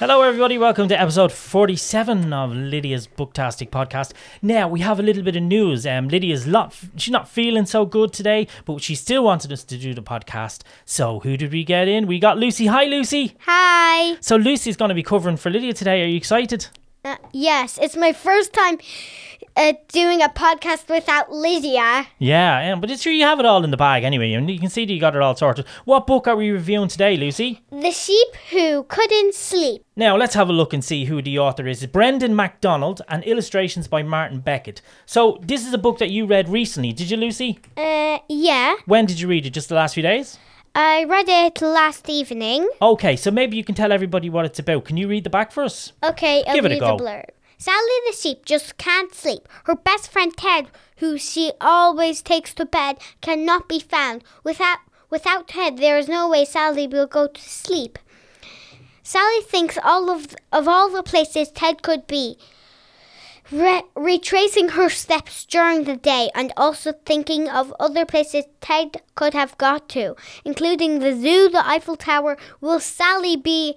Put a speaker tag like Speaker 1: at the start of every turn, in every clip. Speaker 1: Hello, everybody. Welcome to episode 47 of Lydia's Booktastic Podcast. Now, we have a little bit of news. Um, Lydia's lot, she's not feeling so good today, but she still wanted us to do the podcast. So, who did we get in? We got Lucy. Hi, Lucy.
Speaker 2: Hi.
Speaker 1: So, Lucy's going to be covering for Lydia today. Are you excited?
Speaker 2: Uh, yes, it's my first time uh, doing a podcast without Lydia.
Speaker 1: Yeah, um, but it's sure you have it all in the bag anyway. And you can see that you got it all sorted. What book are we reviewing today, Lucy?
Speaker 2: The sheep who couldn't sleep.
Speaker 1: Now, let's have a look and see who the author is. It's Brendan MacDonald and illustrations by Martin Beckett. So, this is a book that you read recently, did you, Lucy?
Speaker 2: Uh, yeah.
Speaker 1: When did you read it? Just the last few days?
Speaker 2: I read it last evening.
Speaker 1: Okay, so maybe you can tell everybody what it's about. Can you read the back for us?
Speaker 2: Okay, I'll
Speaker 1: Give it a
Speaker 2: read
Speaker 1: go.
Speaker 2: the blurb. Sally the sheep just can't sleep. Her best friend Ted, who she always takes to bed, cannot be found. Without without Ted, there is no way Sally will go to sleep. Sally thinks all of of all the places Ted could be, re- retracing her steps during the day and also thinking of other places Ted could have got to, including the zoo, the Eiffel Tower. Will Sally be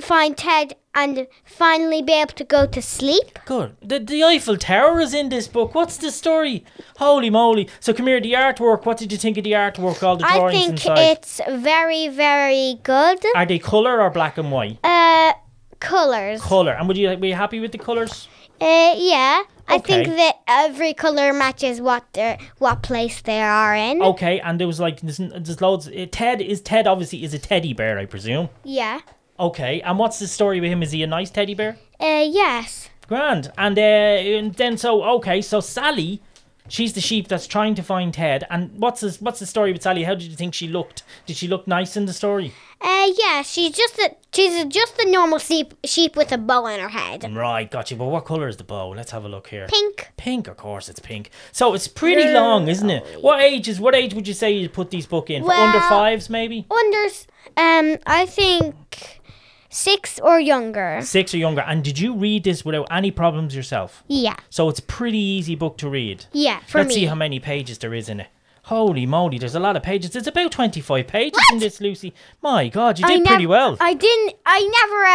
Speaker 2: find Ted and finally be able to go to sleep?
Speaker 1: Good. The, the Eiffel Tower is in this book. What's the story? Holy moly. So, come here, the artwork. What did you think of the artwork? All the
Speaker 2: I
Speaker 1: drawings
Speaker 2: think
Speaker 1: inside.
Speaker 2: it's very, very good.
Speaker 1: Are they colour or black and white?
Speaker 2: Uh, colors.
Speaker 1: Colour. And would you be happy with the colours?
Speaker 2: Uh, yeah. I think
Speaker 1: Okay.
Speaker 2: that every color matches what they what place they are in.
Speaker 1: Okay, and there was like, there's, there's loads. eh, Ted is Ted, obviously, is a teddy bear, I presume.
Speaker 2: Yeah.
Speaker 1: Okay, and what's the story with him? Is he a nice teddy bear?
Speaker 2: Uh, yes.
Speaker 1: Grand. And, uh, and then so okay, so Sally, she's the sheep that's trying to find Ted. And what's this, what's the story with Sally? How did you think she looked? Did she look nice in the story?
Speaker 2: Uh, yeah. She's just a she's just a normal sheep sheep with a bow on her head.
Speaker 1: Right, got you. But what color is the bow? Let's have a look here.
Speaker 2: Pink.
Speaker 1: Pink, of course, it's pink. So it's pretty long, isn't it? What ages? What age would you say you put these book in? For under
Speaker 2: Well-
Speaker 1: fives, maybe
Speaker 2: Wonders. Um, I think six or younger.
Speaker 1: six or younger. And did you read this without any problems yourself?
Speaker 2: Yeah.
Speaker 1: So it's a pretty easy book to read.
Speaker 2: Yeah. For
Speaker 1: Let's
Speaker 2: me.
Speaker 1: see how many pages there is in it. Holy moly, there's a lot of pages. There's about 25 pages in this, Lucy. My God, you
Speaker 2: I
Speaker 1: did pretty
Speaker 2: nev-
Speaker 1: well.
Speaker 2: I didn't. I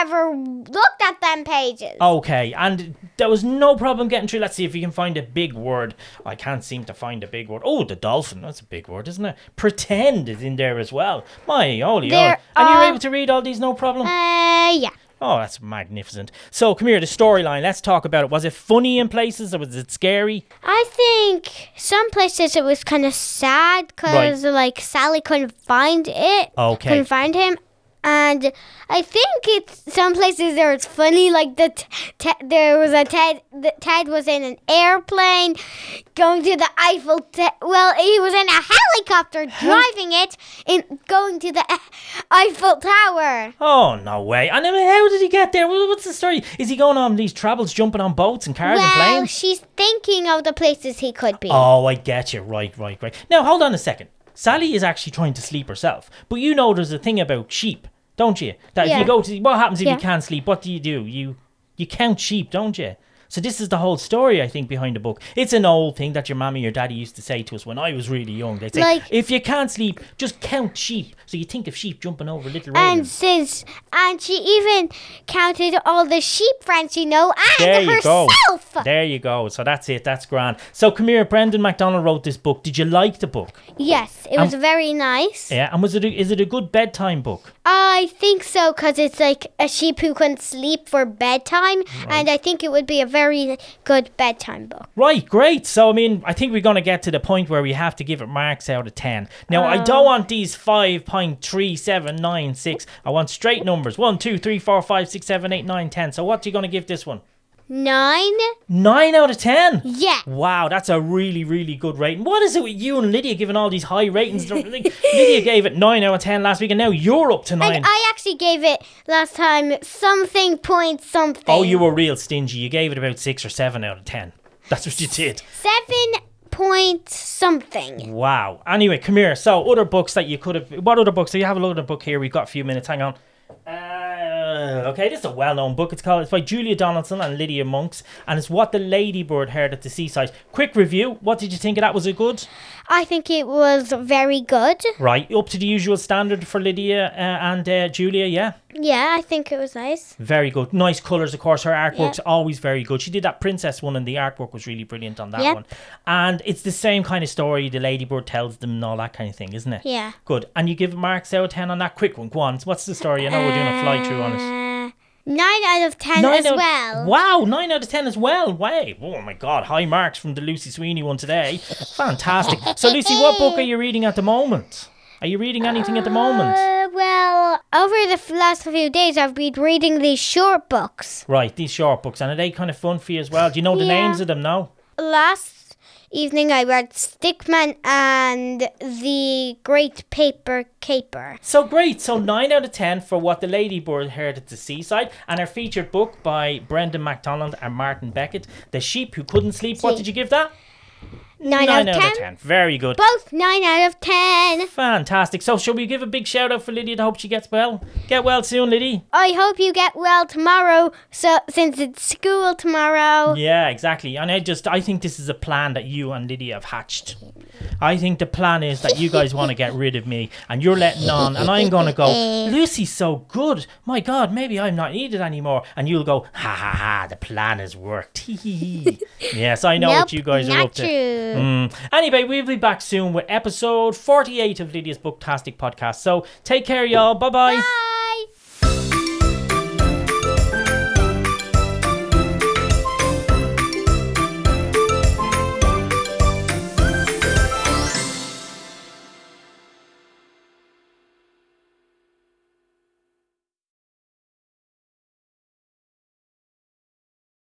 Speaker 2: never ever looked at them pages.
Speaker 1: Okay, and there was no problem getting through. Let's see if we can find a big word. I can't seem to find a big word. Oh, the dolphin. That's a big word, isn't it? Pretend is in there as well. My holy, holy.
Speaker 2: There
Speaker 1: And you were
Speaker 2: are-
Speaker 1: able to read all these, no problem?
Speaker 2: Uh, yeah.
Speaker 1: Oh, that's magnificent. So, come here, the storyline. Let's talk about it. Was it funny in places or was it scary?
Speaker 2: I think some places it was kind of sad because like Sally couldn't find it.
Speaker 1: Okay.
Speaker 2: Couldn't find him. And I think it's some places there was funny, like the t- te- there was a Ted. The Ted was in an airplane, going to the Eiffel. T- well, he was in a helicopter driving it and going to the Eiffel Tower.
Speaker 1: Oh no way! And then how did he get there? Wha- What's the story? Is he going on these travels, jumping on boats and cars and
Speaker 2: Well,
Speaker 1: planes?
Speaker 2: she's thinking of the places he could be.
Speaker 1: Oh, I get you. Right, right, right. Now hold on a second. Sally is actually trying to sleep herself, but you know there's a thing about sheep, don't you? That if
Speaker 2: Yeah.
Speaker 1: you go to what happens if
Speaker 2: Yeah.
Speaker 1: you can't sleep? What do you do? You you count sheep, don't you? So this is the whole story I think behind the book. It's an old thing that your mommy or daddy used to say to us when I was really young. They would say
Speaker 2: Like-
Speaker 1: if you can't sleep, just count sheep. So you think of sheep jumping over little
Speaker 2: And
Speaker 1: railings.
Speaker 2: since and she even counted all the sheep friends you know and
Speaker 1: There you go.
Speaker 2: herself.
Speaker 1: There you go. So that's it. That's grand. So come here. Brendan MacDonald wrote this book. Did you like the book?
Speaker 2: Yes, it was very nice.
Speaker 1: Um, Yeah. And was it? A, is it a good bedtime book?
Speaker 2: I think so because it's like a sheep who couldn't sleep for bedtime, and I think it would be a very good bedtime book.
Speaker 1: Right. Great. So I mean, I think we're gonna get to the point where we have to give it marks out of ten. Now I don't want these five point three seven nine six. I want straight numbers. One, two, three, four, five, six, seven, eight, nine, ten. So what are you gonna give this one?
Speaker 2: Nine.
Speaker 1: Nine out of ten.
Speaker 2: Yeah.
Speaker 1: Wow, that's a really, really good rating. What is it with you and Lydia giving all these high ratings? Lydia gave it nine out of ten last week, and now you're up to nine.
Speaker 2: And I actually gave it last time something point something.
Speaker 1: Oh, you were real stingy. You gave it about six or seven out of ten. That's what you did.
Speaker 2: seven point something.
Speaker 1: Wow. Anyway, come here. So, other books that you could have. What other books? So, you have a look at the book here. We've got a few minutes. Hang on. Uh, okay? This is a well known book. It's called it's by Julia Donaldson and Lydia Monks, and it's What the Ladybird Heard at the Seaside. Quick review. What did you think of that? Was it good?
Speaker 2: I think it was very good.
Speaker 1: Right. Up to the usual standard for Lydia uh, and uh, Julia, yeah?
Speaker 2: Yeah, I think it was nice.
Speaker 1: Very good. Nice colours, of course. Her artwork's always very good. She did that princess one, and the artwork was really brilliant on that
Speaker 2: Yep.
Speaker 1: one. And it's the same kind of story. The ladybird tells them and all that kind of thing, isn't it?
Speaker 2: Yeah.
Speaker 1: Good. And you give marks out of 10 on that quick one. Go on. What's the story? I know we're doing a fly through on it.
Speaker 2: Uh, Nine out of ten as
Speaker 1: out-
Speaker 2: well.
Speaker 1: Wow, nine out of ten as well. Way. Oh my god, high marks from the Lucy Sweeney one today. Fantastic. So Lucy, what book are you reading at the moment? Are you reading anything at the moment?
Speaker 2: Uh, well, over the f- last few days, I've been reading these short books.
Speaker 1: Right, these short books, and are they kind of fun for you as well? Do you know the
Speaker 2: Yeah.
Speaker 1: names of them now?
Speaker 2: Last evening, I read Stickman and The Great Paper Caper.
Speaker 1: So great. So nine out of ten for what the ladybird heard at the seaside, and her featured book by Brendan MacDonald and Martin Beckett, The Sheep Who Couldn't Sleep. What
Speaker 2: Sleep.
Speaker 1: did you give that?
Speaker 2: Nine,
Speaker 1: nine out of ten. Very good.
Speaker 2: Both nine out of ten.
Speaker 1: Fantastic. So, shall we give a big shout out for Lydia to hope she gets well? Get well soon, Lydia.
Speaker 2: I hope you get well tomorrow. So since it's school tomorrow,
Speaker 1: Yeah, exactly. And I just I think this is a plan that you and Lydia have hatched. I think the plan is that you guys want to get rid of me and you're letting on and I'm going to go, Lucy's so good. My god, maybe I'm not needed anymore. And you'll go, ha ha ha, the plan has worked. Hee, hee, hee." yes, I know
Speaker 2: nope,
Speaker 1: what you guys
Speaker 2: not
Speaker 1: are up to.
Speaker 2: true.
Speaker 1: Mm. Anyway, we'll be back soon with episode 48 of Lydia's Booktastic podcast. So take care, y'all. Bye-bye.
Speaker 2: Bye.